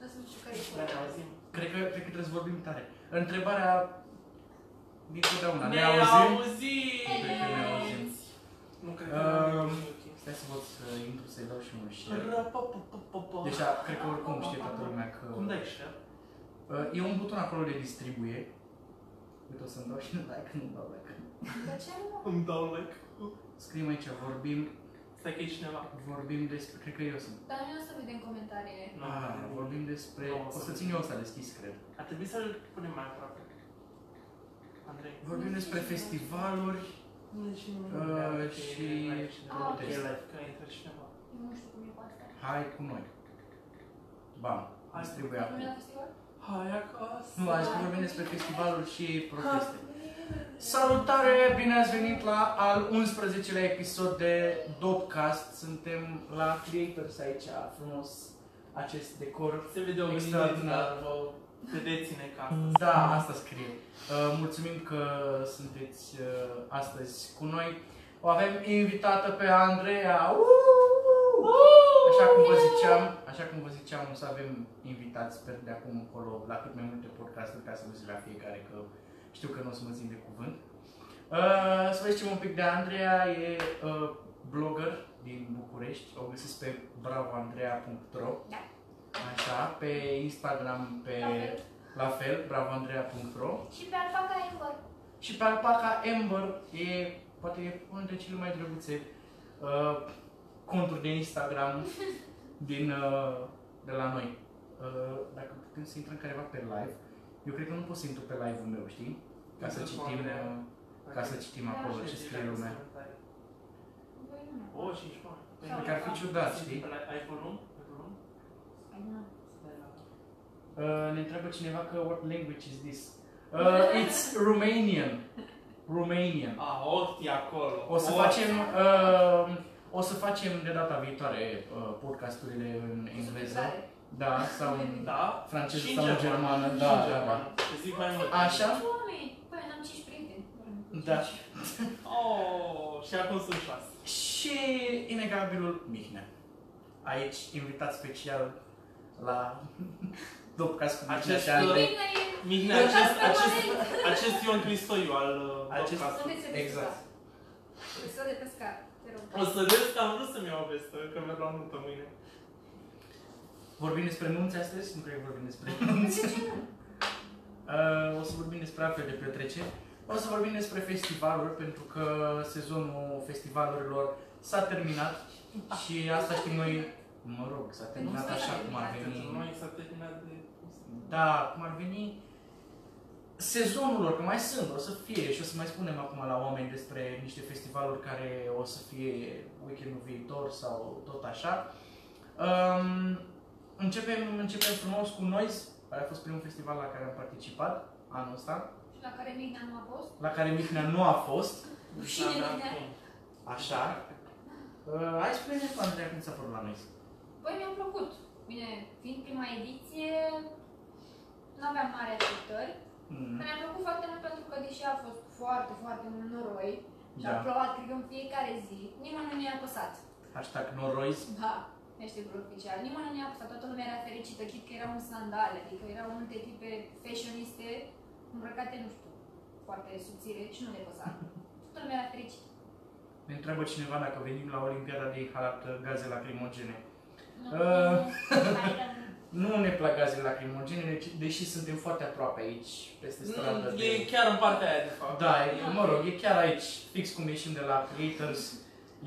Da, părerea mea, zi. Cred că, cred că trebuie să vorbim tare. Întrebarea dintotdeauna. Ne Ne-ai auzim? auzit! Cred Păi că ne auzim. Nu cred că ne Um, auzim. Stai să văd să intru să-i dau și un share. Ra-pa-pa-pa-pa. Deci, da, cred că oricum știe toată lumea că... Cum dai share? Uh, E un buton acolo de distribuie. Uite, o să-mi dau și like, nu dau like. De ce nu? Îmi dau like. Scriem aici, vorbim, Stai că e cineva. vorbim despre, cred că eu sunt. Dar noi nu o să vedem comentariile. Nu. Ah, vorbim despre, Nu, o să o să vezi. țin eu ăsta deschis, cred. Ar trebui să-l punem mai aproape. Andrei. Vorbim despre festivaluri, Nu, și nu. Uh, și- Ah, ok. Că e live, că intră cineva. Eu nu știu cum e cu asta. hai cu noi. Bam, Hai. distribuie Nu e acum. la festival? Hai acasă. Nu, azi vorbim despre festivaluri și proteste. Salutare, bine ați venit la al 11-lea episod de Dopcast. Suntem la Creators aici, frumos, acest decor Se vede o venire, Extraordinar. dar vă vedeți-ne ca asta. Da, asta scrie. Uh, mulțumim că sunteți uh, astăzi cu noi. O avem invitată pe Andreea. Uuu! Așa cum vă ziceam, așa cum vă ziceam, o să avem invitați, sper de acum încolo, la cât mai multe podcasturi ca să vă zic la fiecare, că știu că nu o să mă țin de cuvânt. Uh, să vă zicem un pic de Andreea, e uh, blogger din București, o găsiți pe bravoandreea.ro Da. Așa, pe Instagram, pe... La fel. La fel, bravoandreea.ro Și pe alpaca Amber. Și pe alpaca Amber e, poate e unul dintre cele mai drăguțe uh, conturi de Instagram din, uh, de la noi. Uh, dacă putem să intrăm careva pe live, eu cred că nu pot să intru pe live-ul meu, știi? Ca să Intră cu citim, Andreea. uh, ca să citim Da, acolo Și ce zici scrie că lumea. sunt tare. Voi nu. O, și ești mare. Păi Sau- nu, Că ar fi ciudat, știi? Pe la- Ai volum? Ai volum? Hai, nu. Stai la- Uh, ne întreabă cineva că what language is this? Uh, it's Romanian. Romanian. A, ochii acolo. O să Ochi. facem, uh, o să facem de data viitoare uh, podcasturile în engleză, Exact. da, sau în Da? franceză Și sau în germană, da, Și în da, da. germană. Te zic mai mult. Așa? Ce oameni? Păi, n-am cinci prieteni. Da. Oh, și acum sunt șase. Și inegabilul Mihnea. Aici, invitat special la Dopcast cu Mihnea Acest, și Andrei. Bine, e- Mihne, e acest, asta acest, permanent. acest Ion Cristoiu al uh, Acest- podcastului. Unde se vede Exact. pescar? Pescar de pescar, te rog. O să vezi că am vrut să-mi iau o vestă, că mi-a luat nuntă mâine. Vorbim despre nunți astăzi? Nu cred că vorbim despre nunți. De ce nu? Uh, o să vorbim despre altfel de petreceri. O să vorbim despre festivaluri, pentru că sezonul festivalurilor s-a terminat și asta știm noi Mă rog, s-a terminat așa cum ar Pentru veni. noi s-a terminat de... Da, cum ar veni sezonul lor, că mai sunt, o să fie și o să mai spunem acum la oameni despre niște festivaluri care o să fie weekendul viitor sau tot așa. Um, începem, începem frumos cu Noise, care a fost primul festival la care am participat anul ăsta, Și la care Mihnea nu a fost? la care Mihnea nu a fost, Rușine, Da, da, Mihnea. cum? așa. Uh, hai spune-ne tu, Andreea, cum ți-a părut la Noise. Păi mi-a plăcut. Bine, fiind prima ediție, nu aveam mari așteptări. Mm, Mi-a plăcut foarte mult pentru că, deși a fost foarte, foarte mult noroi și a da, plouat, cred că, în fiecare zi, nimeni nu ne-a păsat. hashtag noroiz. Da, hashtag-ul oficial. Nimeni nu ne-a păsat, toată lumea era fericită, chit că erau în sandale, adică erau multe tipe fashioniste îmbrăcate, nu știu, foarte subțire și nu le păsa. Toată lumea era fericită. Ne întreabă cineva dacă venim la Olimpiada de inhalat uh, gaze lacrimogene. Nu, Ah. nu, mai era- Nu ne plac gazele lacrimogene, deci- deși suntem foarte aproape aici, peste stradă. Mm, E de... chiar în partea aia, de fapt. Da, e, mă rog, e chiar aici, fix cum ieșim de la Creators,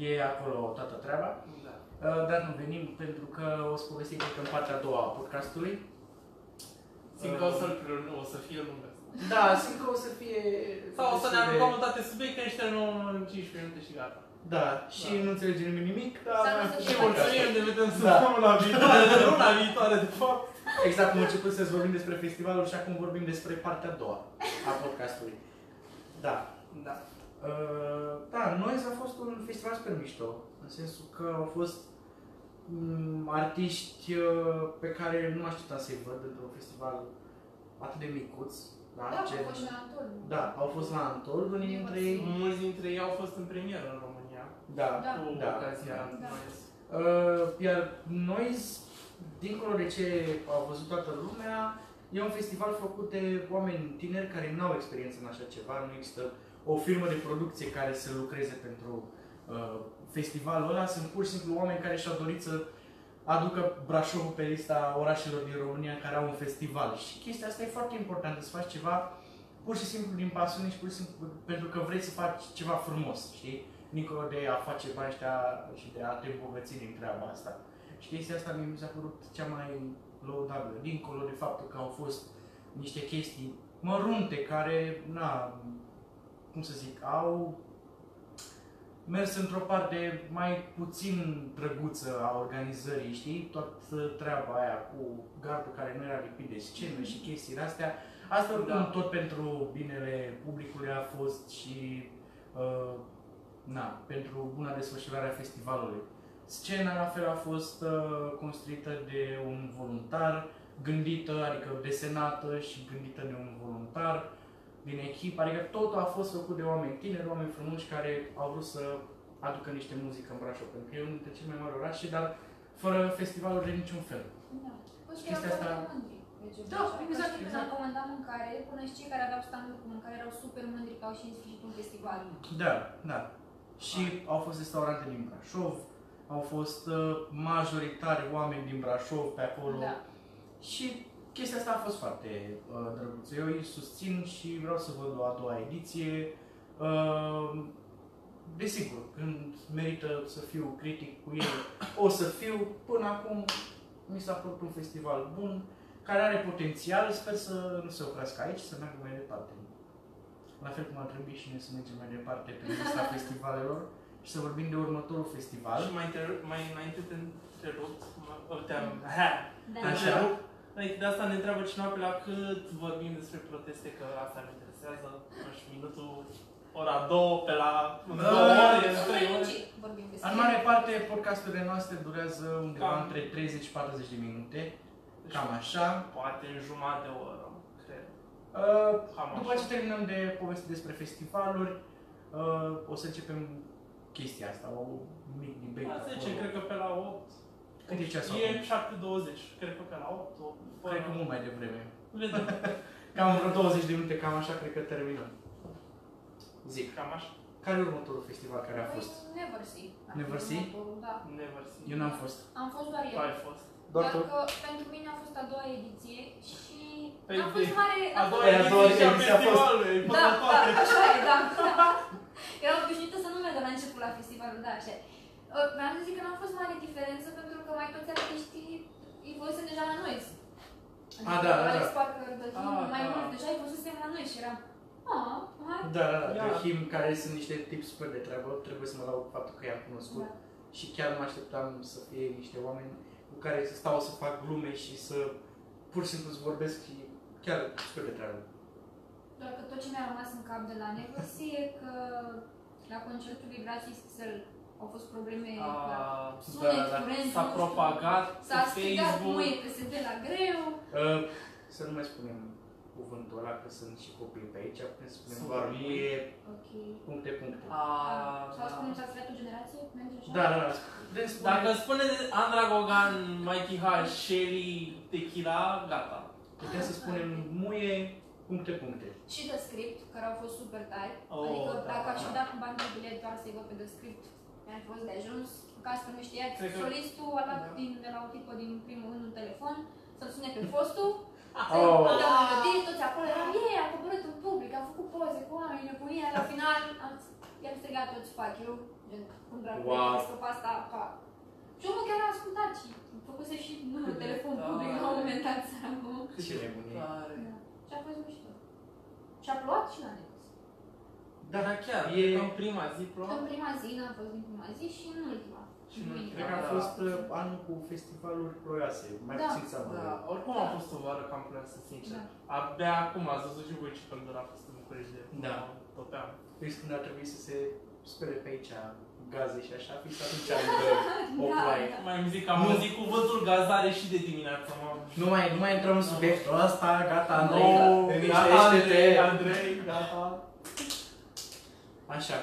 e acolo toată treaba. Da. Uh, Dar nu venim pentru că o să povestim cred că în partea a doua a podcastului. Simt că o să-l prelung, o să fie lungă. Da, simt că o să fie... Sau o să ne destul Deci de- aruncăm în toate subiectele și terminăm în 15 minute și gata. Da, și Da. nu înțelege nimeni nimic, dar... Sau mai să am fie și mulțumim. podcastul. Mulțumim, ne vedem Da. săptămâna viitoare, luna viitoare, de fapt. Exact cum început să vorbim despre festivalul și acum vorbim despre partea a doua a podcastului. Da. Da. Uh, da, Noise a fost un festival super mișto, în sensul că au fost m, artiști uh, pe care nu mă așteptam să-i văd într-un festival atât de micuț. Da, Da, gen- cu și la Anton. da, au fost la Antol, unii dintre ei. Mulți dintre ei au fost în premieră în România. Da. Da. Cu Da. ocazia Da. mai ales. Uh, iar Noise dincolo de ce a văzut toată lumea, e un festival făcut de oameni tineri care nu au experiență în așa ceva, nu există o firmă de producție care să lucreze pentru uh, festivalul ăla, sunt pur și simplu oameni care și-au dorit să aducă Brașovul pe lista orașelor din România care au un festival. Și chestia asta e foarte importantă, să faci ceva pur și simplu din pasiune și pur și simplu pentru că vrei să faci ceva frumos, știi? Dincolo de a face bani ăștia și de a te îmbogăți din treaba asta. Și chestia asta mi s-a părut cea mai lăudabilă, dincolo de faptul că au fost niște chestii mărunte care, na, cum să zic, au mers într-o parte mai puțin drăguță a organizării, știi? Toată treaba aia cu gardul care nu era lipit de scenă și chestiile astea. Asta oricum Da. tot pentru binele publicului a fost și uh, na, pentru buna desfășurare a festivalului. Scena la fel a fost uh, construită de un voluntar, gândită, adică desenată și gândită de un voluntar din echipă, adică totul a fost făcut de oameni tineri, oameni frumoși care au vrut să aducă niște muzică în Brașov, pentru că e unul dintre cele mai mari orașe, dar fără festivaluri de niciun fel. Da. Păi și Chestia eram asta- foarte mândri. Deci, Da, exact, Când exact. am comandat mâncare, până și cei care aveau standul cu mâncare erau super mândri că au și în sfârșit un festival. Da, da. Și au fost restaurante din Brașov, au fost uh, majoritari oameni din Brașov pe acolo. Da. Și chestia asta a fost foarte uh, drăguță. Eu îi susțin și vreau să văd o a doua ediție. Uh, desigur, când merită să fiu critic cu ei, o să fiu. Până acum mi s-a părut un festival bun, care are potențial. Sper să nu se oprească aici, să meargă mai departe. La fel cum ar trebui și noi să mergem mai departe pe lista festivalelor și să vorbim de următorul festival. Și mai, întrerup, mai înainte te întrerupt, mă- te-am... Ha! Da. Așa. Așa. Înainte de asta ne întreabă cineva pe la cât vorbim despre proteste, că asta ne interesează. Nu știu, minutul, ora două, pe la în Da. două ore, în Sunt trei ore. muncit, vorbim despre În mare parte, podcasturile noastre durează undeva Cam. între 30-40 de minute, Deci, cam așa. Poate în jumătate de oră, cred. Uh, Cam După așa. ce terminăm de povesti despre festivaluri, uh, o să începem chestia asta, o mic debate La 10, acolo. cred că pe la 8. Cât e ceasul E acum? 7.20, cred că pe la 8, 8 Cred că mult mai devreme. Vedem. Cam vreo 20 de minute, cam așa, cred că terminăm. Zic. Cam așa. Care e următorul festival care a Păi, fost? Never See. Ar fi Never See? următorul, Da. Never see. Eu n-am fost. Am fost doar eu. Tu ai fost. Doar Doar tu. că pentru mine a fost a doua ediție și Păi, a fost de- mare... A fost- doua Păi, a doua ediție a ediție a fost- festivalului. ai fost Da, la da, toate. așa e, da. da. Eram obișnuită să nu merg de la început la festivalul, da, așa e. Uh, Vreau să zic că n-a fost mare diferență pentru că mai toți artiștii îi văzusem deja la noi. Adică A, da, da, Alex da. Parker, Dălhin, A, mai da. mult, deja îi văzusem la noi și eram... Ah, hai. Da, da, da. Ia. pe Him, care sunt niște tipi super de treabă, trebuie să mă dau cu faptul că i-am cunoscut. Da. și chiar nu așteptam să fie niște oameni cu care să stau să fac glume și să pur și simplu să vorbesc și chiar super de treabă. Doar că tot ce mi-a rămas în cap de la Neversi e că la concertul Vibrații Pixel au fost probleme la A, sunet, da, da. curent, S-a nu știu. propagat S-a pe strigat Facebook. muie PSD la greu. Uh, să nu mai spunem cuvântul ăla că sunt și copii pe aici, putem să spunem Sunt doar copii. muie, Ok. puncte, puncte. A, da. Sau spunem Da. s-a strigat o generație? Merge așa? Da, da, da. Putem spune- Dacă spune Andra Gogan, Mikey H, Shelly, Tequila, gata. Putem să spunem muie, puncte, puncte. Și The Script, care au fost super tari. Oh, adică da, dacă aș da. fi dat bani de bilet doar să-i văd pe The Script, mi-ar fi fost de ajuns. În caz că nu știați, Cred că- solistul a luat Da. din, de la o tipă din primul rând un telefon să-l sune pe fostul. Ah. Oh. Oh. La melodie, toți acolo eram, ei, a coborât în public, am făcut poze cu oameni, nebunia, la final am, i-am strigat toți fac eu, gen, cum dracu, Wow. wow. că pe asta, pa. Și omul chiar a ascultat și făcuse și numărul Cât de telefon tare. public la un moment dat, săracul. Ce nebunie. Tare. Și a fost mișto. Și a plouat și la negus. Da, dar chiar, E- e... în prima zi În plouă. prima zi, n-am fost din prima zi și în ultima. Și în ultima, Cred că a fost uh, anul cu festivaluri ploioase, mai Da. puțin s-a Da, oricum a fost o vară cam ploioasă, sincer. Abia acum ați văzut și voi ce căldură a fost în București de Da. topeam. Deci când ar trebui să se spere pe aici gaze și așa, fix atunci adică, am dă o Da, ploaie. da. Mai zic, am Nu. auzit cuvântul gazare și de dimineață, mă. Nu mai, nu mai intrăm în subiectul ăsta, gata, Nu, Andrei, gata, Andrei, liniștește-te. Andrei, gata. Așa.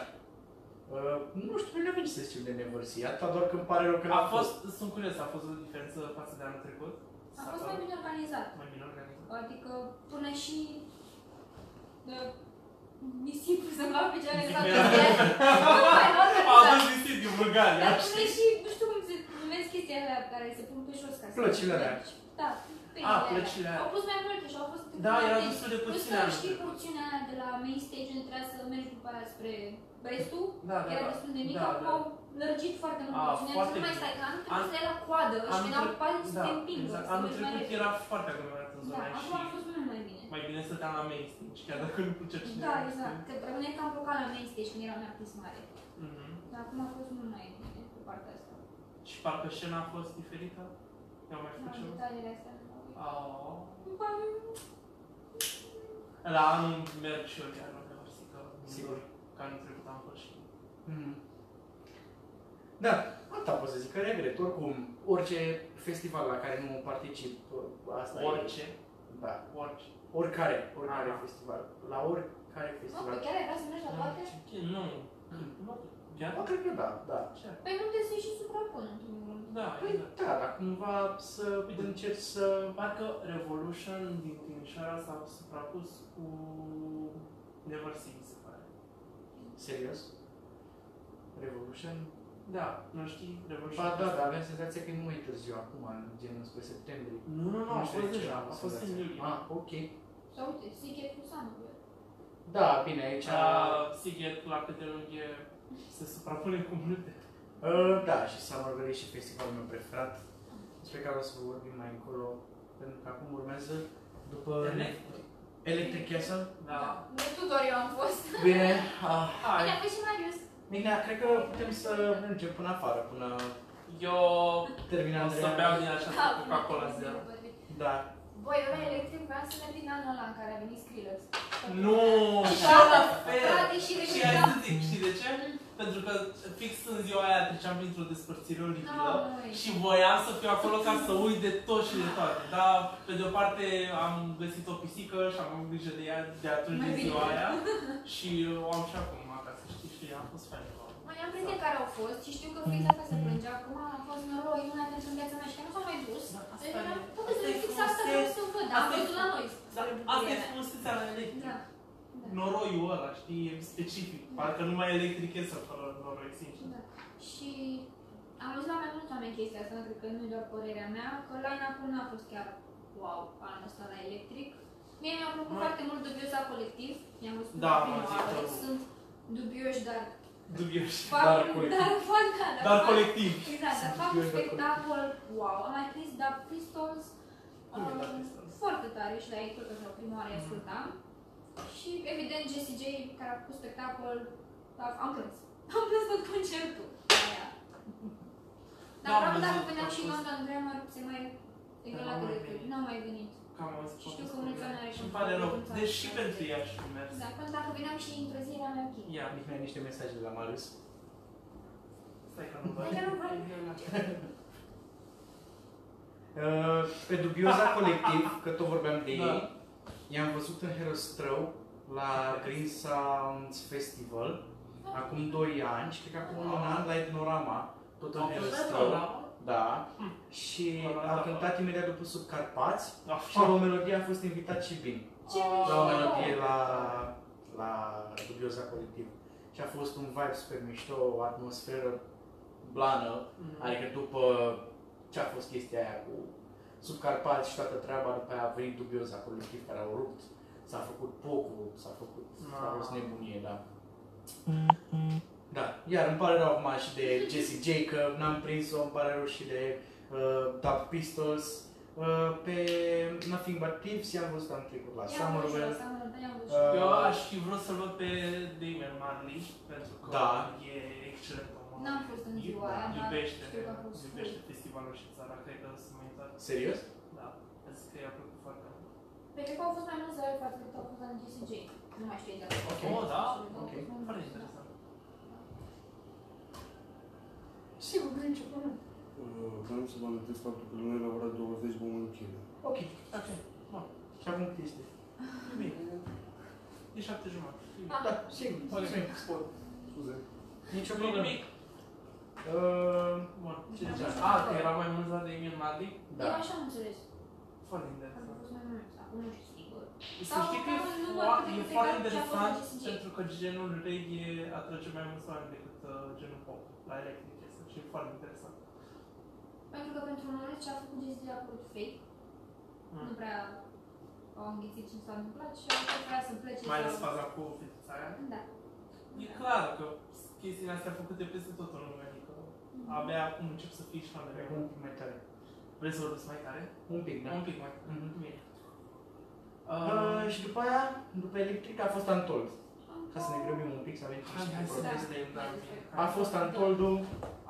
Uh, nu știu, nu vin să destul de nevărsi, atâta doar că îmi pare rău că A n-am fost, sunt curios, a fost o diferență față de anul trecut? A S-a fost mai părut bine organizat. mai bine organizat? Adică până și uh, nisipul să-mi va picioare sau Nisipul era- A organizat. adus distit din Bulgaria. Da. Dar până și, nu știu cum se numesc chestia aia care se pun pe jos ca să... Plăcile alea. Ah, Da, A, alea. plăcile alea. Au fost mai multe și au fost câteva Da, era teme. destul de Plus puțin că anul știi trecut. porțiunea aia de la main stage unde trebuia să mergi după aia spre Brestu, Da, da, era da. destul de mic, Da, acum da. au lărgit foarte mult A, porțiunea, foarte nu mai bine. stai, că anul An- trecut stai la coadă, își veneau patru să te împingă, exact. să Anul mergi mai trecut repede. era foarte aglomerat în Da, zona aia acum a și fost mult mai bine. mai bine stăteam la main stage, chiar dacă nu plăcea cine. Da, exact. Că rămâne cam blocat la main stage când eram la pis mare. Mhm. Dar acum a fost mult mai bine pe partea asta. Și parcă scena a fost diferită? Eu am mai Ah. Da, făcut ceva? detaliile astea nu mă uit. Au. Îmi pare La anul merg și eu chiar la universitate. Sigur. Că anul trecut am fost și... Mhm. Da, atâta pot să zic, că regret, oricum, orice festival la care nu particip, uh, asta e. Orice. Da, Orice. oricare, oricare Aha. festival, la oricare Nu, că festival. chiar ai vrea să Da, mergi la toate? Nu. Mm. Nu. Chiar? Bă, cred că da, da. Ce? Păi multe se și suprapun într-un rând. Da, Păi exact. da, dar cumva să Uite. încerci să... Parcă Revolution din Timișoara s-a suprapus cu Never See, mi se pare. Serios? Revolution? Da, nu știi? Revolution. Ba da, dar aveam senzația că e mai târziu acum, gen spre septembrie. Nu, nu, nu, a știu de fost ce deja, am a fost în senzația. iulie. Ah, ok. Sau uite, Secret cu Summer. Da, bine, aici... Cea Sighet la câte lung e, se suprapune cu multe. Uh, da, și s-a organizat și festivalul meu preferat, despre care o să vă vorbim mai încolo, pentru că acum urmează, după Electric. Electric Castle. Da. Nu tuturor eu am fost. Bine, ah. Bine, Hai, a fost și Marius. Mihnea, cred că putem să mergem până afară, până eu terminăm. o să beau din Da, această Coca-Cola Zero. Da. Băi, eu la electric vreau să merg din anul ăla în care a venit Skrillex. Nu, Și și eu la fel. Frate, și da? Și regret. ai să zic, știi de ce? Pentru că fix în ziua aia treceam printr-o despărțire oribilă Da, măi. și voiam să fiu acolo ca să uit de tot și de toate. Dar, pe de o parte, am găsit o pisică și am avut grijă de ea de atunci, Mai din bine. ziua aia. Și o am și acum acasă, știi, și a fost fain. Mai am prieteni care au fost și știu că fix asta se plângea acum, a fost noroi, nu mai atent în viața mea și că nu s-a mai dus. Da, asta Deci e- eram, asta poate să e fix frumusețe. asta vreau să văd, dar am Asta e văzut la noi. Dar asta e frumusețea la electric. Da. Da. Noroiul ăla, știi, e specific. Parcă numai electric e să fără noroi, sincer. Da. Și am auzit la mai mulți oameni chestia asta, cred că nu e doar părerea mea, că line-up-ul n-a fost chiar wow anul ăsta la electric. Mie mi-a plăcut Mai- foarte mult dubioza colectiv, mi-am văzut Da, prima mă, zic oară, că nu. sunt dubioși, dar Dubios. fac, colectiv. dar fac, da, dar Dar fac- colectiv. Exact, dar Sunt fac un dubioși, dar spectacol wow, am mai prins Dub Pistols, Cum um, e Dub Pistols? Mm-hmm. foarte tare și la ei cred că vreo prima oară îi ascultam. Și evident Jessie J, care a făcut spectacol, a- am plâns. Am plâns tot concertul aia. Dar Da, am probabil văzut dacă veneam că a și fost. London Grammar, se mai egal n-au mai de venit. N-am mai venit. Cam am zis Știu că poate să mulți vorbim. oameni Și sunt îmi pare rău. foarte Deși mulți pentru oameni. ea și mers. Da, pentru că dacă veneam și într-o zi era mai ok. Ia, Mihnea, niște mesaje de la Marius. stai că nu văd. Stai Păi că nu văd. Uh, pe dubioza colectiv, că tot vorbeam de Da. ei, i-am văzut în Herăstrău la Green Sounds Festival acum 2 ani și cred că acum un an la Etnorama, tot în Au fost Herăstrău. la- Da. Hmm. Și Etnorama, a da. Ah. cântat imediat după sub Carpați La și la o melodie a fost invitat și bine. Ce La mișto! o melodie la, la dubioza colectiv. Și a fost un vibe super mișto, o atmosferă blană Mhm. Adică după ce a fost chestia aia cu subcarpați și toată treaba, după aia a venit dubioza colectiv care au rupt, s-a făcut pocul, s-a făcut, Ma. a fost nebunie, da. Da, iar îmi pare rău acum și de Jesse J, că n-am prins-o, îmi pare rău și de uh, Dub Pistols. Uh, pe Nothing But Thieves i-am văzut am trecut la I-am văzut și la Summerwell. Summerwell, da, i-am văzut și Uh, eu. Eu aș fi vrut să-l văd pe Damon Marley, pentru că Da. e excelent om. N-am fost în ziua aia, dar Iubește, știu că a fost iubește festivalul și țara, cred că o să mă întoarc. Serios? Da, îți că i-a plăcut foarte mult. Pe cred că au fost mai mulți zări față decât au fost la DCJ. Nu mai știu exact. Ok. Oh, da? Ok. Foarte interesant. Sigur, nu e nicio problemă. Uh, Vreau să vă amintesc faptul că noi la ora 20 vom închide. Ok, Ok, bun, și acum cât este? e bine. E șapte jumate. e bine. Ah. Da, sigur, mulțumim, sport. Scuze. Nicio problemă. Nimic. Uh, Bun, ce Deci Am ziceam? fost A, acolo. era mai mult la Damien Madley? Eu da. așa am înțeles. Foarte Am interesant. fost mai mult. Acum nu știu sigur. Să Sau știi că e, măcar un număr foa- cât de e cât foarte de care interesant ce a fost pentru că genul reggae atrage mai mulți oameni decât uh, genul pop la electric este și e foarte interesant. Pentru că pentru moment ce a făcut Jesse a părut fake. Mm. Nu prea au înghițit ce s-a întâmplat și a vrea să plece. Mai ales sau- faza cu fetița aia. Da. E clar că chestiile astea făcute peste tot în lume, adică abia acum încep să fii fan de reggae. Un pic mai tare. Vrei să vorbesc mai tare? Un pic, da. Un pic mai tare. Mhm. Bine. Um, Uh, și după aia, după electric, a fost Antold. Ca să ne grăbim un pic, să avem Hai, hai să Da. povestim, da. A fost Antoldul.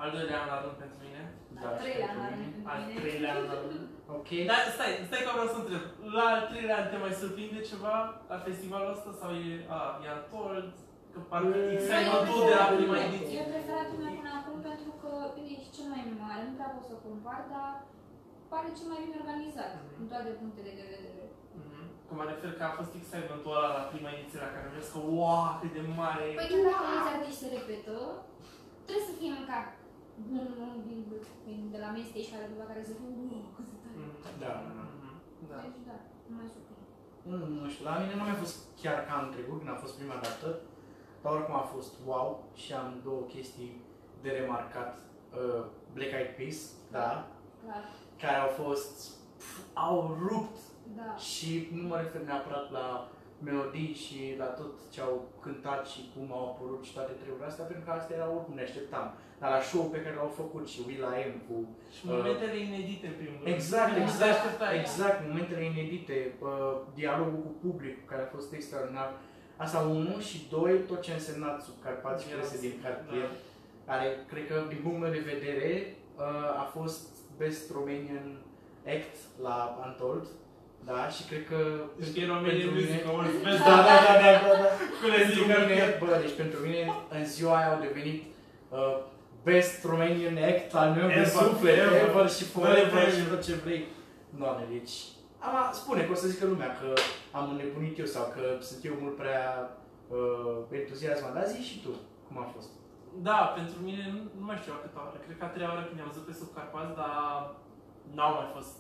Al doilea an la rând pentru mine. Al Da, și treilea pentru an mine. Al pentru mine. treilea an la rând. Ok. Dar da, stai, stai că vreau să întreb. La al treilea an te mai surprinde ceva la festivalul ăsta sau e... A, i-am told că parcă Mm. excitement-ul de la prima Eu ediție. Eu preferatul meu până acum pentru că ești cel mai mare, nu prea pot să o compar, dar pare cel mai bine organizat, Mhm. în toate punctele de vedere. Mhm. Că mă refer că a fost excitement-ul ăla la prima ediție la care am zis că wow, cât de mare e. Păi chiar dacă mulți artiști se repetă, trebuie să fie mâncat bun, bun, bun, bun, de la main stage care după care să fie wow, cât de tare. Mhm. Da. Mhm. Da. Deci da, nu mai surprind. Nu, nu știu, la mine nu a mai fost chiar ca anul trecut, când a fost prima dată, dar oricum a fost wow și am două chestii de remarcat. Uh, Black Eyed Peas, da, Clar, care au fost, pf, au rupt da. și nu mă refer neapărat la melodii și la tot ce au cântat și cum au apărut și toate treburile astea, pentru că astea erau oricum ne așteptam. Dar la show-ul pe care l-au făcut și Will I Am cu Și momentele inedite, în primul rând. Exact, Nu te exact, așteptai. exact, momentele inedite, uh, dialogul cu publicul care a fost extraordinar. Asta unul și doi, tot ce a însemnat sub Carpați și Era- Prese din cartier, da. care cred că din punctul meu de vedere uh, a fost best Romanian act la Untold, da, și cred că Deci e Romanian Music Awards, vezi, da, da, da, da, da, da. cu le Pentru zic că mine, bă, deci pentru mine în ziua aia au devenit uh, best Romanian act al meu de Ever, suflet, ever. ever și forever Dă-le și premiu. tot ce vrei. Doamne, deci, ama, spune că o să zică lumea că am înnebunit eu sau că sunt eu mult prea uh, entuziasmat, dar zi și tu cum a fost. Da, pentru mine nu, nu mai știu la câte oră. Cred că a treia oră când i-am văzut pe subcarpați, dar n-au mai fost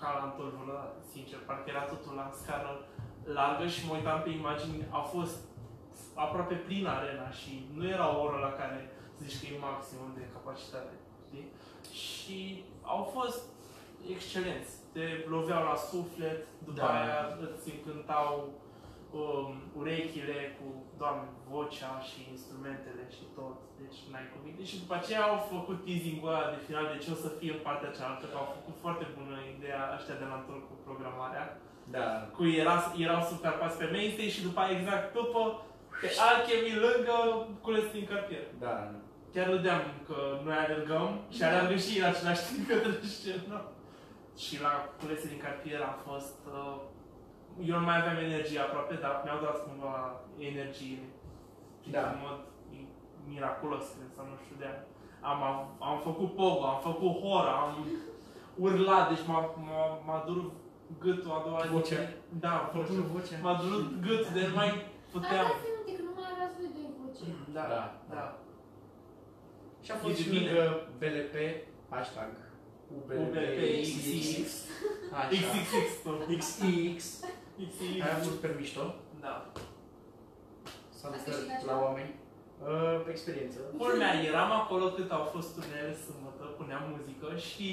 ca la întors vreodată, sincer. Parcă era totul la scară largă și mă uitam pe imagini, a fost aproape plin arena și nu era o oră la care să zici că e maximum de capacitate, știi? Și au fost excelenți. Te loveau la suflet, după Da. aia îți încântau um, urechile cu, doamne, vocea și instrumentele și tot, deci n-ai cuvinte. Și după aceea au făcut teasing-ul ăla de final, deci o să fie în partea cealaltă, că au făcut foarte bună ideea ăștia de la Antor cu programarea Da. cu era, erau superpați pe main stage și după aia exact după pe Alchemy lângă cules din cartier. Da, Chiar râdeam că noi alergăm și alergăm și ei în același timp către scenă. Și la culese din cartier a fost... Uh, eu nu mai aveam energie aproape, dar mi-au dat cumva energie. Da. În mod mi- miraculos, cred, sau nu știu de am, av- am făcut pogo, am făcut hora, am urlat, deci m-a, m-a, m-a durut gâtul a doua zi. Vocea. Da, am vocea. făcut vocea. M-a durut gâtul de nu mai puteam. Asta țin minte că nu mai aveați voi doi voce. Da, Da. da. Și a fost E și bine. lângă BLP, hashtag UBLPXX. UBLPXX. Așa. XXX tot. XX. XXX. Ai avut super mișto. Da. Asta și la Salutări ce? la oameni. Uh, experiență. Culmea, eram acolo cât au fost turneele sâmbătă, puneam muzică și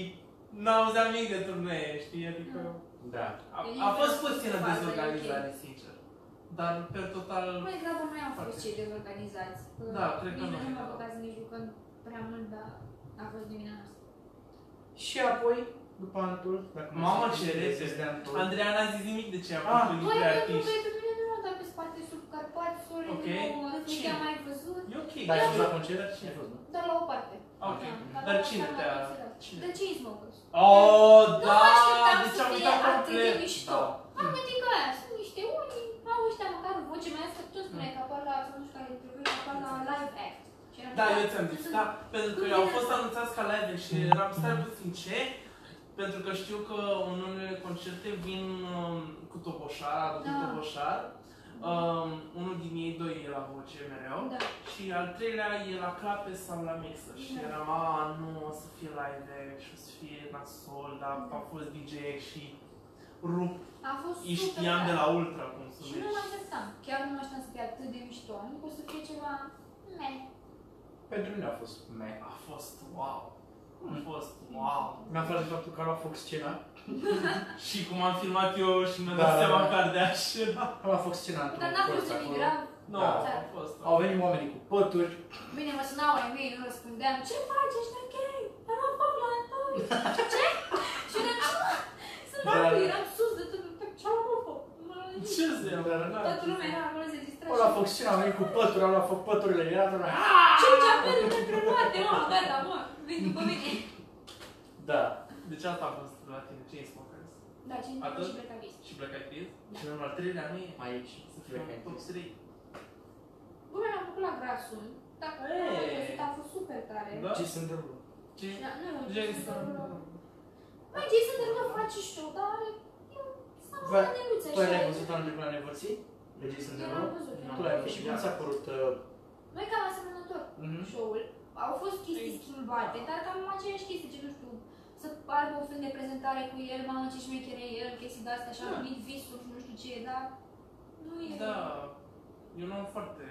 n-auzeam nimic de turnee, știi? Adică Mm. Da. a, Deci a fost puțină dezorganizare, sincer. Dar, pe total, Mai degrabă noi am fost cei dezorganizați. că Da, cred că nici noi. nu am apucat să ne jucăm prea mult, dar a fost dimina noastră. Și apoi, după Antul, dacă Mamă, mai sunt ce repede. de Antul. Păi, Andreea n-a zis nimic de ce a Ah. făcut Voi dintre pentru că artiști. e mine nu l-am dat pe spate sub Carpați, sore, Ok. nu Cine? te-am mai văzut, E ok. Dar ai Da. fost la concert? Ce ai fost, nu? dar la o parte. Ok. Da, Dar la cine asta te-a- m-am observat. cine? De Chainsmokers. Oh, Nu da! mă așteptam Deci să am fie uitat atât de complet. mișto. Da. Am gândit că aia, sunt niște unii, au ăștia măcar o voce, mai ales că tot Mm. spuneai că apar la, sau nu știu care e programul, apar la live act. Și eram Da, ca- eu ți-am zis, da, pentru că au fost anunțați ca live și eram stai puțin ce, pentru că știu că în unele concerte vin um, cu toboșar, aduc da. Da. toboșar, Um, unul din ei doi e la voce mereu. Da. Și al treilea e la clape sau la mixer și Da. eram, a, nu, o să fie live și o să fie nasol, dar a fost DJ și rup, A fost îi super știam de tare. la deci. ultra cum Și nu mă sunt. așteptam. Chiar nu mă așteptam să fie atât de mișto. Nu pot să fie ceva... Meh. Pentru mine a fost meh. A fost wow, a fost wow. Mi-a plăcut faptul că a luat foc scena. Și cum am filmat eu și mi-am Da, dat da, seama da. că ardea și era. A luat foc scena într-un Dar n-a fost colț nimic acolo. grav. Nu, Da. a fost. Au venit oamenii cu pături. Bine, mă sunau ai mei, nu răspundeam. Ce faci? Ești ok? Era foc la toi. Ce? Și eu eram... Sunt Da. acolo, eram sus de tot. Ce-am făcut? Mă- Ce să iau? Dar n-a- Toată lumea era acolo, se distra Au luat foc scena, au venit cu pături, au luat foc păturile. Era toată lumea, "Ah!" Ce ce apel pentru toate, mă, gata, mă, vin după mine. Da. Deci asta a fost la tine, Chainsmokers. Da, ce Atât? și pleca vezi. Și Black Eyed Peas. Și numărul al treilea nu e. Aici. Să fie un top 3. Bă, mi-am făcut la grasul, dar Ei. am găsit, a fost super tare. Da? Ce se întâmplă? Ce? Da, nu, Jason. Mă, Jason Derulo face show, dar eu s-am Bă, dat de luțe Tu ai așa. văzut anul trecut la nevărții? De Jason Eu n-am Derulo? văzut, eu Nu. n-am Tu l-ai văzut și cum ți-a părut? uh, Noi cam asemănător mhm? show-ul. Au fost chestii schimbate, da. dar cam aceeași chestii, ce nu știu, să aibă un fel de prezentare cu el, mamă ce șmecher e el, chestii de astea, așa, Da. da. numit visul și nu știu ce, dar nu e... Da, eu nu am foarte...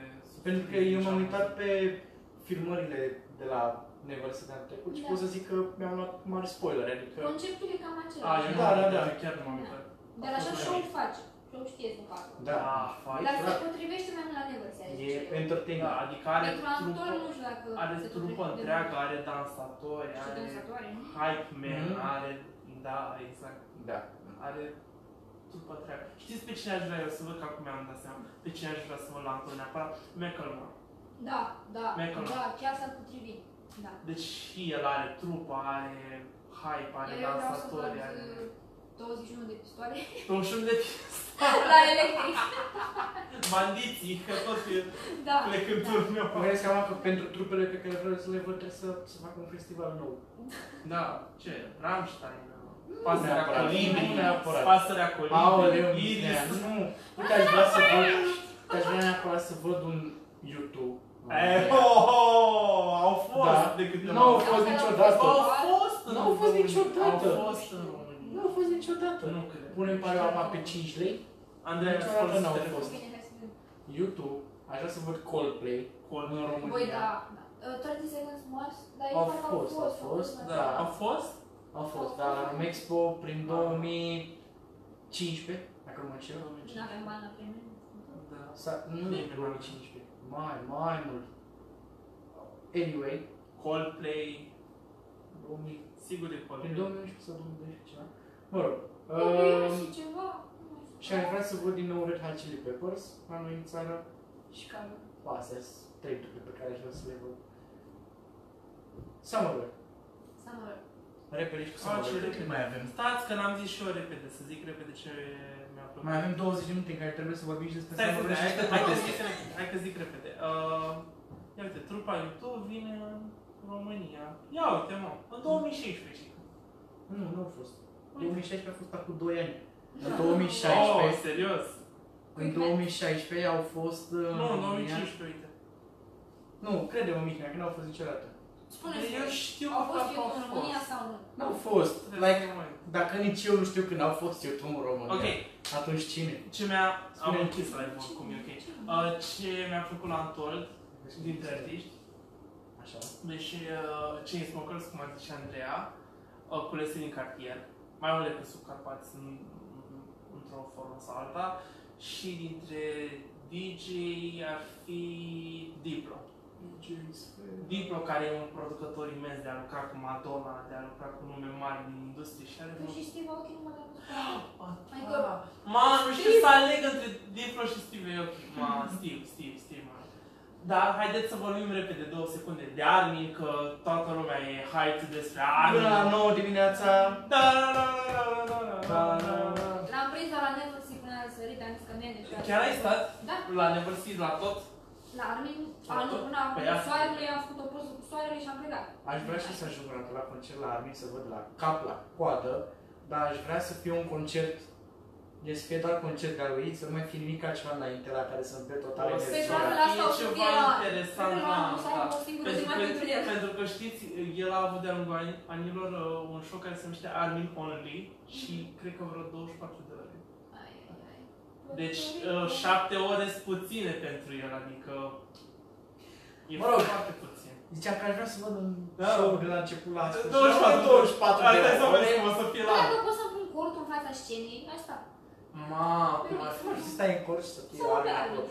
Pentru că eu m-am uitat pe filmările de la Nevărții de anul trecut și Da. pot să zic că mi-am luat mari spoilere, adică... Conceptul e cam același. A, eu Da, da, da, da, da. chiar nu m-am uitat. Dar așa show-ul face. Show știe să facă. Da, faci, Dar frate. se potrivește mai mult la nevârstea. E entertainment. Da, adică are Pentru actor trupă, nu știu dacă are se trupă potrivește întreagă, de are dansatori, mult. Și are dansatoare, nu? hype man, Mhm. are... Da, exact. Da. Are trupă întreagă. Știți pe cine aș vrea eu să văd, că acum mi-am dat seama, pe cine aș vrea să văd la Anton neapărat? McElmore. Da, da, Michael. da, chiar s-a potrivit. Da. Deci și el are trupă, are hype, are Eu vreau să văd dansatori, are... uh, 21 de pistoale 21 de la electric. bandiții, că tot e Da, plecântul meu. Mă gândesc seama că pentru trupele pe care vreau să le văd trebuie să, să facă un festival nou. Da, ce? Rammstein, Pasărea Pasărea Colibri, Colibri, nu neapărat. Pasărea Colibri, Aoleu, Iris, Iris, nu! Uite, aș vrea să văd, uite, aș vrea neapărat să văd un YouTube. Eh, ho, ho, au fost Da. de câteva Nu au ori. fost niciodată. Au fost în Nu au fost România. niciodată. Au fost în România. Nu a fost niciodată. Nu cred. Punem pariu pe 5 lei, Andrei a niciodată fost n-au telefon. fost. bine, hai să vedem. YouTube, aș vrea să văd Coldplay Col- în Băi, da, România. da. Uh, 30 Seconds Mars, dar eu Au fac au fost, fost, au fost, au da. Au fost? Au fost, dar la Romexpo prin 2015, dacă nu mă înșel. Nu avem bani la premiu. Da. Sa- Nu, Primul. 2015. Mai, mai mult. Anyway, Coldplay, 2000 sigur e Prin Coldplay. 2011 sau 2012 ceva. Mă rog. Bă, Um, și ceva. nu știu. și ar vrea să văd din nou Red Hot Chili Peppers la noi în țară. Și cam. Bă, astea sunt trei lucruri pe care aș vrea să le văd. Summerwell. Summer. Repede și cu Ah, ce Summerwell. repede. mai avem? Stați că n-am zis și eu repede, să zic repede ce mi-a plăcut. Mai avem 20 de minute în care trebuie să vorbim și despre Stai, stai, Summerwell stai, și hai, despre hai, că Paris. zic, repede, hai că zic repede. Uh, ia uite, trupa YouTube vine în România. Ia uite, mă, în 2016. și- Nu, nu a fost. Uite. 2016 a fost acum 2 ani. În Oh, 2016, serios? în 2016 au fost... uh, Nu, în România- 2015, uite. Nu, crede-mă, Mihnea, că n-au fost niciodată. Spune-ți, Eu știu au că fost parcă eu au în fost. România sau nu? N-au fost. Trebuie Like, să mă uit. dacă nici eu nu știu când au fost YouTube în România, Ok, atunci cine? ce mi-a... Am Spune-mi. închis live-ul acum, e ok. Uh, ce mi-a plăcut la Antold, dintre artiști, Așa. deci uh, Chainsmokers, cum a zis și Andreea, uh, culese din cartier, mai mult decât subcarpați în, într-o formă sau alta, și dintre DJ ar fi Diplo. Diplo, care e un producător imens de a lucra cu Madonna, de a lucra cu nume mari din industrie și are Tu vreo... și Steve Aoki nu mă dau cu Mai Ah. gol. Ma, nu știu să aleg între Diplo și Steve Aoki. Ma, Steve, Steve, Steve, ma. Dar haideți să vorbim repede două secunde de Armin, că toată lumea e hype despre Armin. Până la 9 dimineața. Da, da, da, da, da, da, da, da, da. L-am prins la Never Sleep până a sărit, am zis că nene. și Chiar ai așa. stat Da, la Neverseed la tot? la Armin, La anul tot? până am Păi pus asta. soarele, am făcut o poză cu soarele și am plecat. Aș vrea și să ajung la, la concert la Armin, să văd la cap, la coadă, dar aș vrea să fie un concert Deci să fie doar concert ca lui, să nu mai fie nimic altceva înainte la care să-mi pierd Da, total O să Pe energia. clar, planul ăsta o să Păi, E fie ceva interesant pe la planul ăsta, asta. o singură Pentru zi mai pentru el. că, pentru că știți, el a avut de-a lungul ani- anilor uh, un show care se numește Armin Only și cred că vreo 24 de ore. Ai, ai, ai. Deci uh, 7 ore sunt puține pentru el, adică e Mă rog. foarte puțin. Ziceam că aș vrea să văd un Da. show de la început la sfârșit. 24 24 de Asta e să vezi ore. cum o să fie la Păi, Dacă poți să pun cortul în fața scenei, asta. Ma, Cum ar fi să stai în cor și să fie Să la mă acolo.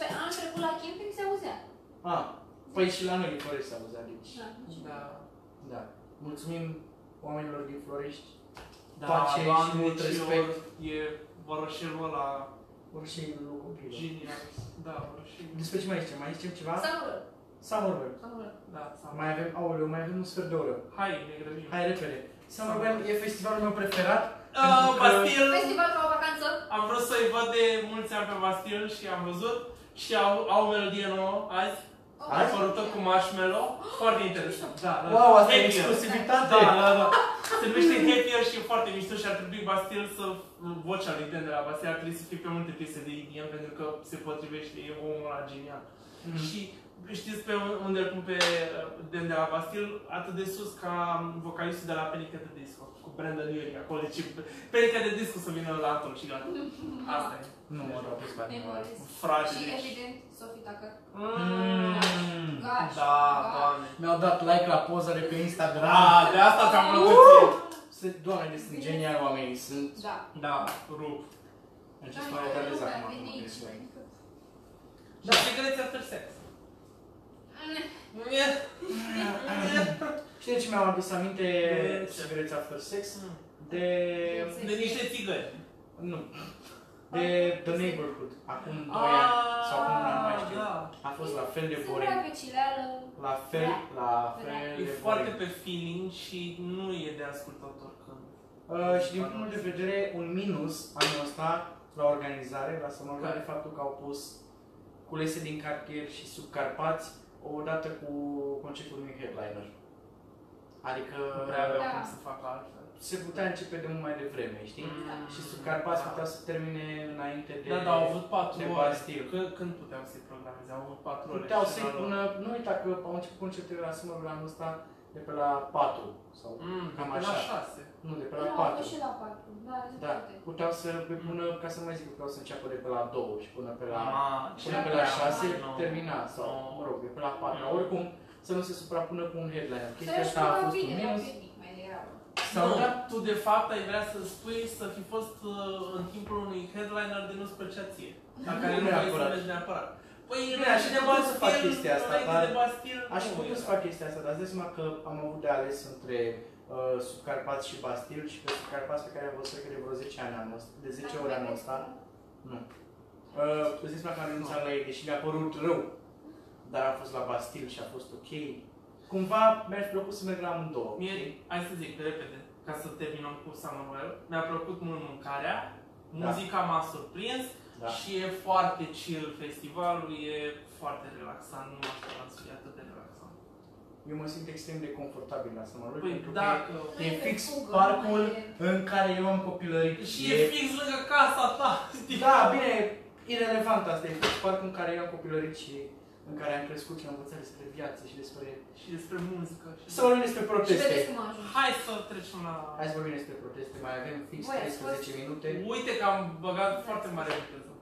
Pe anul trecut la camping se auzea. Ah, păi și la noi e fără să auzea, deci. Da, nu știu. Da. Da. Mulțumim oamenilor din Florești. Da, Pace și Doamne, mult ce respect. or- E voroșelul ăla, Orice e un lucru copil. Virginia. Da, voroșelul. Despre ce mai zicem? Mai zicem ceva? Sau ură, Summerburn. sau ură. Da, sau- Mai avem, aoleu, mai avem un sfert de oră. Hai, ne grăbim. Hai, repede. Summerburn e festivalul meu preferat. Ah, Pentru că- Bastil! Festival ca o vacanță. Am vrut să-i văd de mulți ani pe Bastil și am văzut și au, au o melodie nouă azi, Oh, a apărut cu marshmallow, foarte interesant. Da, da, Wow, da. asta e Happier. Da, exclusivitate! da, da. Se numește Happier și e foarte mișto și ar trebui Bastil să... Vocea lui Dan de la Bastil ar trebui să fie pe multe piese de EDM pentru că se potrivește, e omul ăla genial. Mm. Și știți pe unde îl pun pe Dan de la Bastil? Atât de sus ca vocalistul de la Panic! at the Disco, cu Brandon Urie acolo. Deci Panic! at the Disco să vină la atom și gata. Asta e. Nu mă rog, pus bani. Memories. Frate, Și deci... evident, Sophie Tucker. Mm. Gaș, Da, gaș. doamne. Mi-au dat like la poza de pe Instagram. Da, de asta ți-am plăcut ție. Se, doamne, sunt geniali oamenii, sunt... Da. Da, rup. Acest oameni care Lumea acum, vine mă aici. gândesc la ei. Da, secreți after sex. Știi de ce mi-am adus aminte De ce? Cigarettes After Sex? De... Sex. De niște țigări. Nu. De The Neighborhood, acum 2 ani sau acum un an, mai știu. Ah, Da. A fost la fel de Sunt prea boring. vecileală. La fel, la fel da. E de foarte boring. pe feeling și nu e de ascultat oricând. Uh, și din punctul de vedere, un minus anul ăsta la organizare, la sonorare, Care? faptul că au pus culese din cartier și subcarpați odată cu concertul unui headliner. Adică Nu prea aveau Da. cum să facă altfel. se putea începe de mult mai devreme, știi? Mm. Și subcarpați Da. putea să termine înainte de... Da, dar au avut de 4 ore. Bastille. Când, când puteau să-i programeze? Au avut 4 ore. Puteau și să-i erau- pună, nu uita că au început concertele la Summerul anul ăsta de pe la 4 sau Mm, Cam cam așa. La așa. 6. nu, de pe la Nu, a fost 4. și la patru. Da, zi Da, toate. puteau să le pună, ca să nu mai zic, puteau să înceapă de pe la 2 și până pe la Ma, până pe la la 6 Ah, nouă. termina sau, Nouă. mă rog, de pe la 4. Mm. Oricum, să nu se suprapună cu un headliner. Să Chestia nu asta știu a mai fost un bine, mai minus. bine, mai degrabă. Sau nu, da, tu de fapt ai vrea să spui să fi fost uh, în timpul unui headliner de nu-ți plăcea ție, la care Nu nu vrei să neapărat. mergi neapărat. Păi, Bine, înainte aș fi putut să fac Bastille, chestia asta, înainte dar de Bastille, aș nu fi putut era. să fac chestia asta, dar îți dai seama că am avut de ales între uh, Subcarpați și Bastil și pe Subcarpați pe care am văzut cred că de vreo 10 ani anul ăsta, de 10 ori anul ăsta. Nu. Uh, îți zici că am renunțat la ei, deși mi-a părut rău. Dar am fost la Bastil și a fost ok. Cumva mi-ar fi plăcut să merg la amândouă. Mie, știi? hai să zic repede, ca să terminăm cu Samuel, mi-a plăcut mult mâncarea, muzica m-a surprins Da. și e foarte chill festivalul, e foarte relaxant, nu mă așteptam să fie atât de relaxant. Eu mă simt extrem de confortabil la Summer Rock, Păi, pentru dacă... că e Nu e fix fugă, parcul nu e- în care eu am copilărit. Și e fix lângă casa ta, știi? Da, bine, irelevant asta, e fix parcul în care eu am copilărit și în care am crescut și am învățat despre viață și despre... Și despre muzică și... Să vorbim despre Și vedeți proteste. cum a ajuns. Hai să trecem la... Hai să vorbim despre proteste, mai avem fix Voi ați 13 minute. Uite că am băgat foarte mare viteză.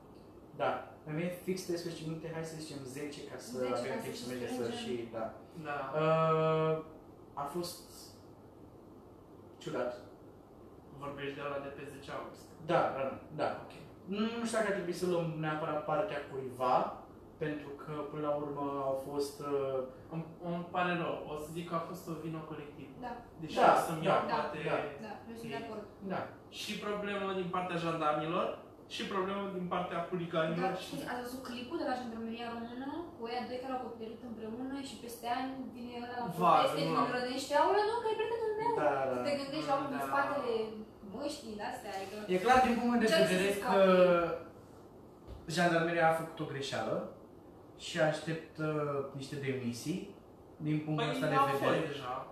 Da, avem fix 13 minute, hai să zicem 10 ca să 10 avem ca Deci, să timp să și mergem să strângem. și da. Da. Uh, a fost ciudat. Vorbești de ăla de pe 10 august. Da, da, da. Ok. Nu nu știu dacă ar trebui să luăm neapărat partea cuiva, pentru că până la urmă au fost... Uh, Îmi, îmi pare rău. O să zic că a fost o vină colectivă. Da, Deci Da, o să-mi iau da, poate da. da, eu sunt de acord. da. și problemă din partea jandarmilor, și problemă din partea Da, huliganilor și... știți, ați văzut clipul de la Jandarmeria Română cu aia doi care au copilărit împreună și peste ani vine ăla la Vai, proteste și nu mă am. grădește, aulă, nu, că e prietenul meu. Da, da. Te gândești la omul din Da. spatele măștii de astea, adică... uh, E clar din punct de Ce vedere să zic, că jandarmeria a făcut o greșeală și așteptă niște demisii din punctul Păi ăsta n-au de fost vedere. deja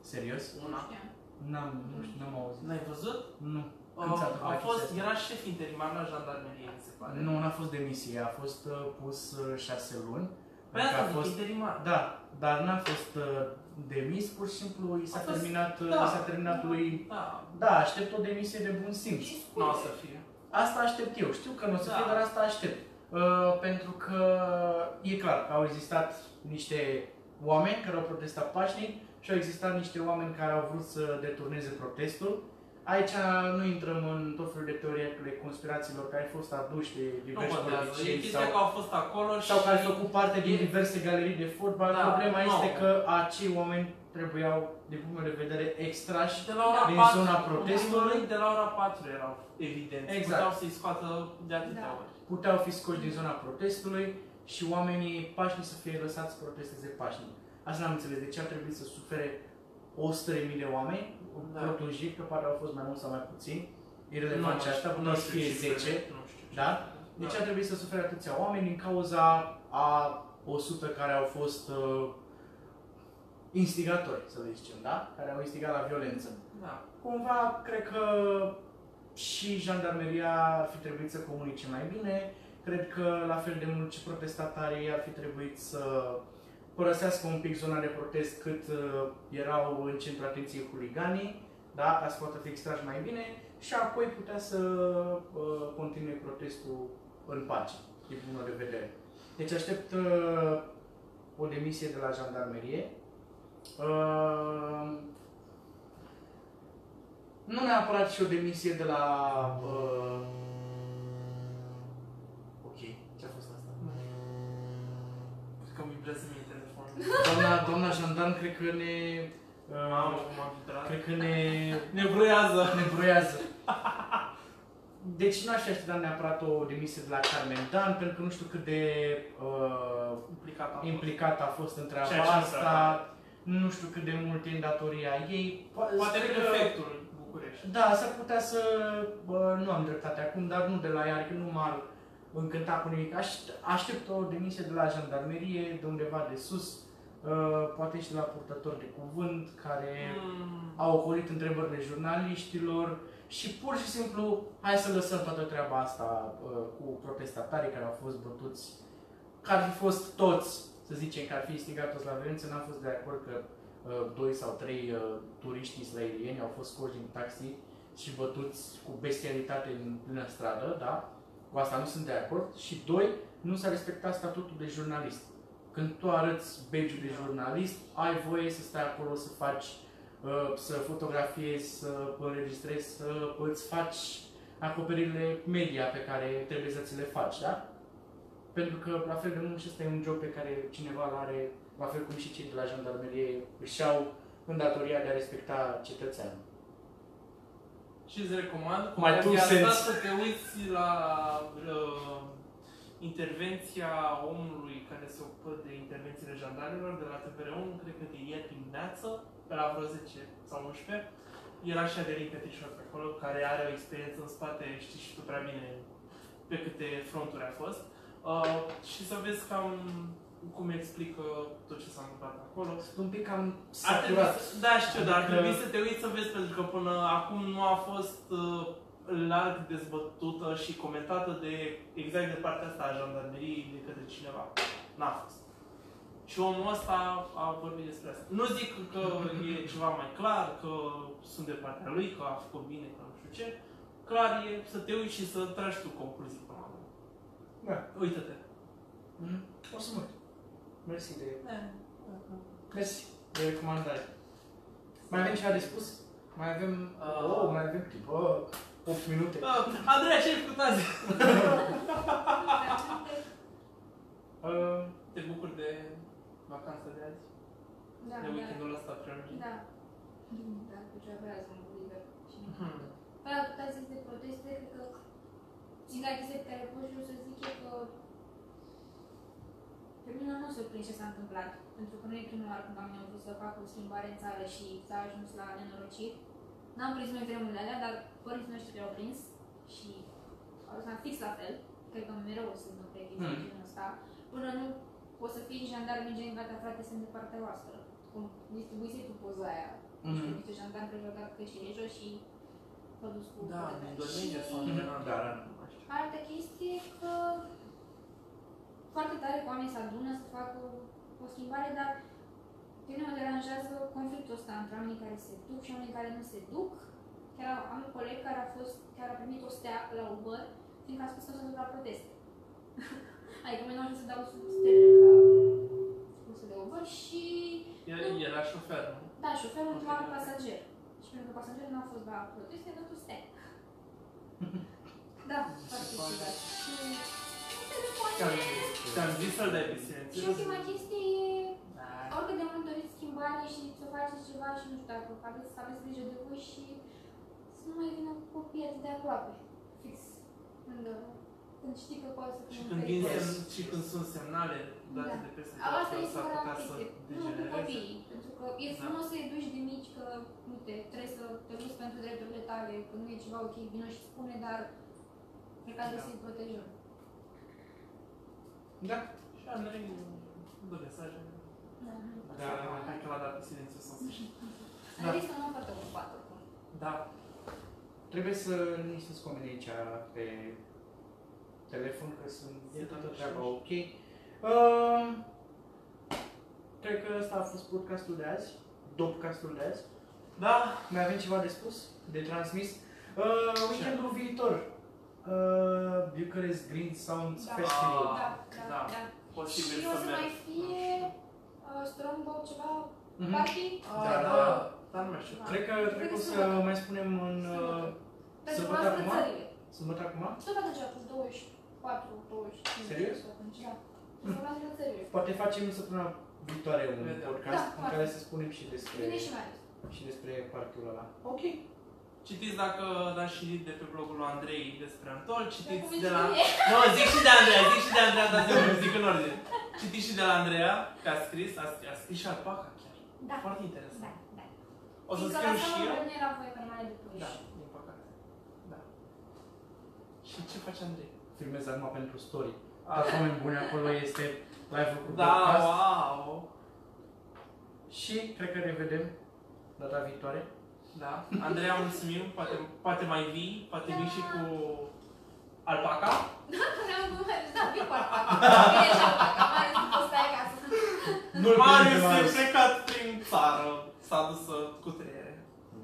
Serios? una. știam. N-am, nu știu, n-am auzit. N-ai văzut? Nu. Când s-a întâmplat a fost, chestia era șef interimar la jandarmerie, mi se pare. Nu, n-a fost demisie, a fost uh, pus uh, șase luni. Păi Adică asta a zic, fost, interimar. da, dar n-a fost uh, demis, pur și simplu i s-a A fost- terminat, uh, da. i s-a terminat lui... Da, Da, aștept o demisie de bun simț. Și scurt. nu o să fie. Asta aștept eu. Știu că nu o să Da. fie, dar asta aștept. Uh, pentru că e clar că au existat niște oameni care au protestat pașnic și au existat niște oameni care au vrut să deturneze protestul. Aici nu intrăm în tot felul de teorie ale conspirațiilor care au fost aduși de Nu diversi contează. E politicieni chestia că sau, au fost acolo și... sau care au făcut parte din e- diverse galerii de fotbal. Da, Problema nu. este că acei oameni trebuiau, din punctul meu de vedere, extrași Și de la ora Din 4, zona în primul protestului? rând, de la ora 4 erau, evident. Exact. Puteau să-i scoată de atâtea Da. ori. puteau fi scoși din zona protestului și oamenii pașnici să fie lăsați să protesteze pașnic. Asta n-am înțeles. De ce ar trebui să sufere 100.000 de oameni da. Da. protunjit, că pare au fost mai mulți sau mai puțini, Nu irrelevant și știu, asta, nu puteau să știu fie cifrele, 10. Nu știu. ce. Da? De ce ar trebui să sufere atâția oameni din cauza a 100 care au fost uh, instigatori, să zicem, da? Care au instigat la violență Da. cumva cred că și jandarmeria ar fi trebuit să comunice mai bine, cred că la fel de mult și protestatarii ar fi trebuit să părăsească un pic zona de protest cât uh, erau în centrul atenției huliganii, da, ca să poată fi extrași mai bine și apoi putea să uh, continue protestul în pace, din punctul meu de vedere. Deci aștept uh, o demisie de la jandarmerie. Uh, nu neapărat și o demisie de la... Uh... Ok, ce-a fost asta? Cred că mi vibrează mie telefonul. Doamna, doamna jandarm cred că ne... Mamă, Uh, cum am vibrat. cred că ne... Ne bruiază. ne bruiază. Deci n-aș fi așteptat neapărat o demisie de la Carmen Dan, pentru că nu știu cât de uh, Implicat am fost. implicată a fost în treaba Ceea ce asta, înseamnă. nu știu cât de mult e în datoria ei. Po- Poate sper că efectul București. Da, s-ar putea să... Bă, nu am dreptate acum, dar nu de la ea, că nu m-ar încânta cu nimic. Aș, aștept o demisie de la jandarmerie, de undeva de sus, uh, poate și de la purtător de cuvânt, care Mm, au ocolit întrebările jurnaliștilor și pur și simplu hai să lăsăm toată treaba asta uh, cu protestatarii care au fost bătuți, că ar fi fost toți, să zicem, că ar fi instigat toți la violență, n-am fost de acord că uh, doi sau trei uh, turiști israelieni au fost scoși din taxi și bătuți cu bestialitate în plină stradă, da? Cu asta nu sunt de acord. Și doi, nu s-a respectat statutul de jurnalist. Când tu arăți badge de jurnalist, ai voie să stai acolo să faci uh, să fotografiezi, să înregistrezi, să îți faci acoperirile media pe care trebuie să ți le faci, da? Pentru că la fel de mult și ăsta e un job pe care cineva îl are, la fel cum și cei de la jandarmerie își au îndatoria de a respecta cetățeanul. Și îți recomand cu My two ocazia asta cents. să te uiți la uh, intervenția omului care se ocupă de intervențiile jandarilor de la TVR1, cred că de ieri dimineață, pe la vreo 10 sau 11, era și Adelin Petrișor pe acolo, care are o experiență în spate, știi și tu prea bine pe câte fronturi a fost. Uh, și să vezi cam cum explică tot ce s-a întâmplat acolo. Sunt un pic cam Ar trebui saturat. să, da, știu, dar ar Adică- trebui să te uiți să vezi, pentru că până acum nu a fost uh, larg dezbătută și comentată de exact de partea asta a jandarmeriei de către cineva. N-a fost. Și omul ăsta a vorbit despre asta. Nu zic că e ceva mai clar, că sunt de partea lui, că a făcut bine, că nu știu ce. Clar e să te uiți și să tragi tu concluzii până la urmă. Da. Uită-te. Mhm. O să mă uit. Mersi de... Da. Mersi de recomandare. Mai avem ceva de spus? Mai avem... Ah. Oh, mai avem timp. Oh, 8 minute. Ah, Andreea, ce ai făcut azi? Da, Uh, Te bucuri de vacanța de azi? Da, De da. weekendul ăsta prelungit? Da. Da, cu ce vrea să mă liber. Și nu. Hmm. Păi la toate de proteste, cred că singura chestie pe care pot și eu să zic e că pe mine nu se prinde ce s-a întâmplat, pentru că nu e prima oară când oamenii au vrut să facă o schimbare în țară și s-a ajuns la nenorocit. N-am prins noi vremurile alea, dar părinții noștri le-au prins și au ajuns fix la fel. Cred că mereu o să se întâmple chestii Mm. de genul ăsta. Până nu poți să fii jandarmi gen gata frate, sunt de partea voastră. Cum distribuiți tu poza aia. Mhm. Mm-hmm. Niște jandarmi pe jodat că și jos și produs cu Da, bucătări. din Dormenia sau Și din Irlanda, Da, da. nu mai știu. Altă chestie e că foarte tare cu oamenii se adună să facă o- o schimbare, dar pe mine mă deranjează conflictul ăsta între oamenii care se duc și oamenii care nu se duc. Chiar au- am un coleg care a fost, care a primit o stea la Uber, fiindcă a spus că s-a dus la proteste. adică mai nu ajung să dau sub stele la spusă de Uber și, El- Era șofer, nu? da, șoferul Ok, întreba ok. pasager. Și pentru că pasagerul nu a fost la proteste, a dat o stea. da, foarte pare- ciudat. Și nu se Ți-am poate. zis- Ți-am zis să-l dai pe sine. Și ultima chestie e, Da. oricât de mult doriți schimbare și să faceți ceva și nu știu dacă aveți, să aveți grijă de voi și să nu mai vină copiii atât de aproape. Fix. Când, când știi că poate să Și fie când, un vin pericol. semn, și când sunt semnale date Păi, Da. de peste A, Asta tot, e s-ar singura putea să chestie. Nu cu degenereze. copiii. Pentru că e Da. frumos să educi de mici că, uite, trebuie să te lupți pentru drepturile tale, că nu e ceva ok, vină și spune, dar cred că trebuie Da. să-i protejăm. Da. Și Andrei, două mesaje. Da. Da, hai că l-a dat pe silențiu să Mhm. sfârșit. Am zis că nu am foarte ocupat oricum. Da, Trebuie să nu stăți cu oamenii aici pe telefon, că sunt e toată treaba ok. Uh, cred că ăsta a fost podcastul de azi, dopcastul de azi. da, Mai avem ceva de spus, de transmis. Uh, weekendul viitor, uh, Bucharest Green Sounds Da. Festival. Da, da, Da. da. Și posibil o să să mai merg. fie uh, Strongbow ceva, Mhm. party? Da, da, dar nu mai știu. Cred că Cred trebuie că să sâmbătă. mai spunem în uh, Pentru sâmbătă noastre acum? țările. sâmbătă acum. Sâmbătă deja cu 24, 25. Serios? Atunci, da. Pentru noastre țările. Poate facem săptămâna viitoare un Vedem. podcast Da, în poate. care să spunem și despre Bine și mai ales. și despre parcul ăla. Ok. Citiți dacă da și de pe blogul lui Andrei despre Antol, Dar cum citiți îi de la... scrie? Nu, zic și de Andreea, zic și de Andreea, dar să zic în ordine. Citiți și de la Andreea, că a scris, a, a scris și alpaca chiar. Da. Foarte Da, interesant. da. O să Fiindcă scriu la și seama eu. Nu era voie că nu mai ai de păi. puși. Da, din păcate. Da. Și ce face Andrei? Filmez acum pentru story. Alți oameni buni acolo este live-ul cu Ah. Da, podcast. wow! Și cred că ne vedem data viitoare. Da. Andreea, mulțumim. Poate, poate mai vii, poate vii și cu alpaca. Da. Vreau să mă da, vii cu alpaca. Bine și alpaca, mai ales după stai acasă. Nu-l prinde Marius Marius. e plecat prin țară. S-a dus să- cu treiere.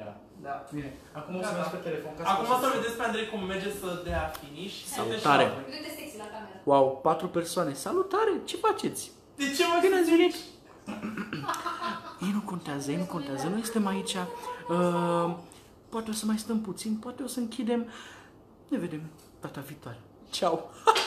Da. Da. Bine. Acum o să Gata. merg pe telefon. ca Acum o să poți- vedeți pe Andrei cum merge să dea finish. Salutare. Uite și la voi. Du-te sexy la cameră. Wow, patru persoane. Salutare! Ce faceți? De ce mă Bine ați venit! ei nu contează, ei nu contează. Noi suntem aici. Uh, poate o să mai stăm puțin, poate o să închidem. Ne vedem data viitoare. Ciao!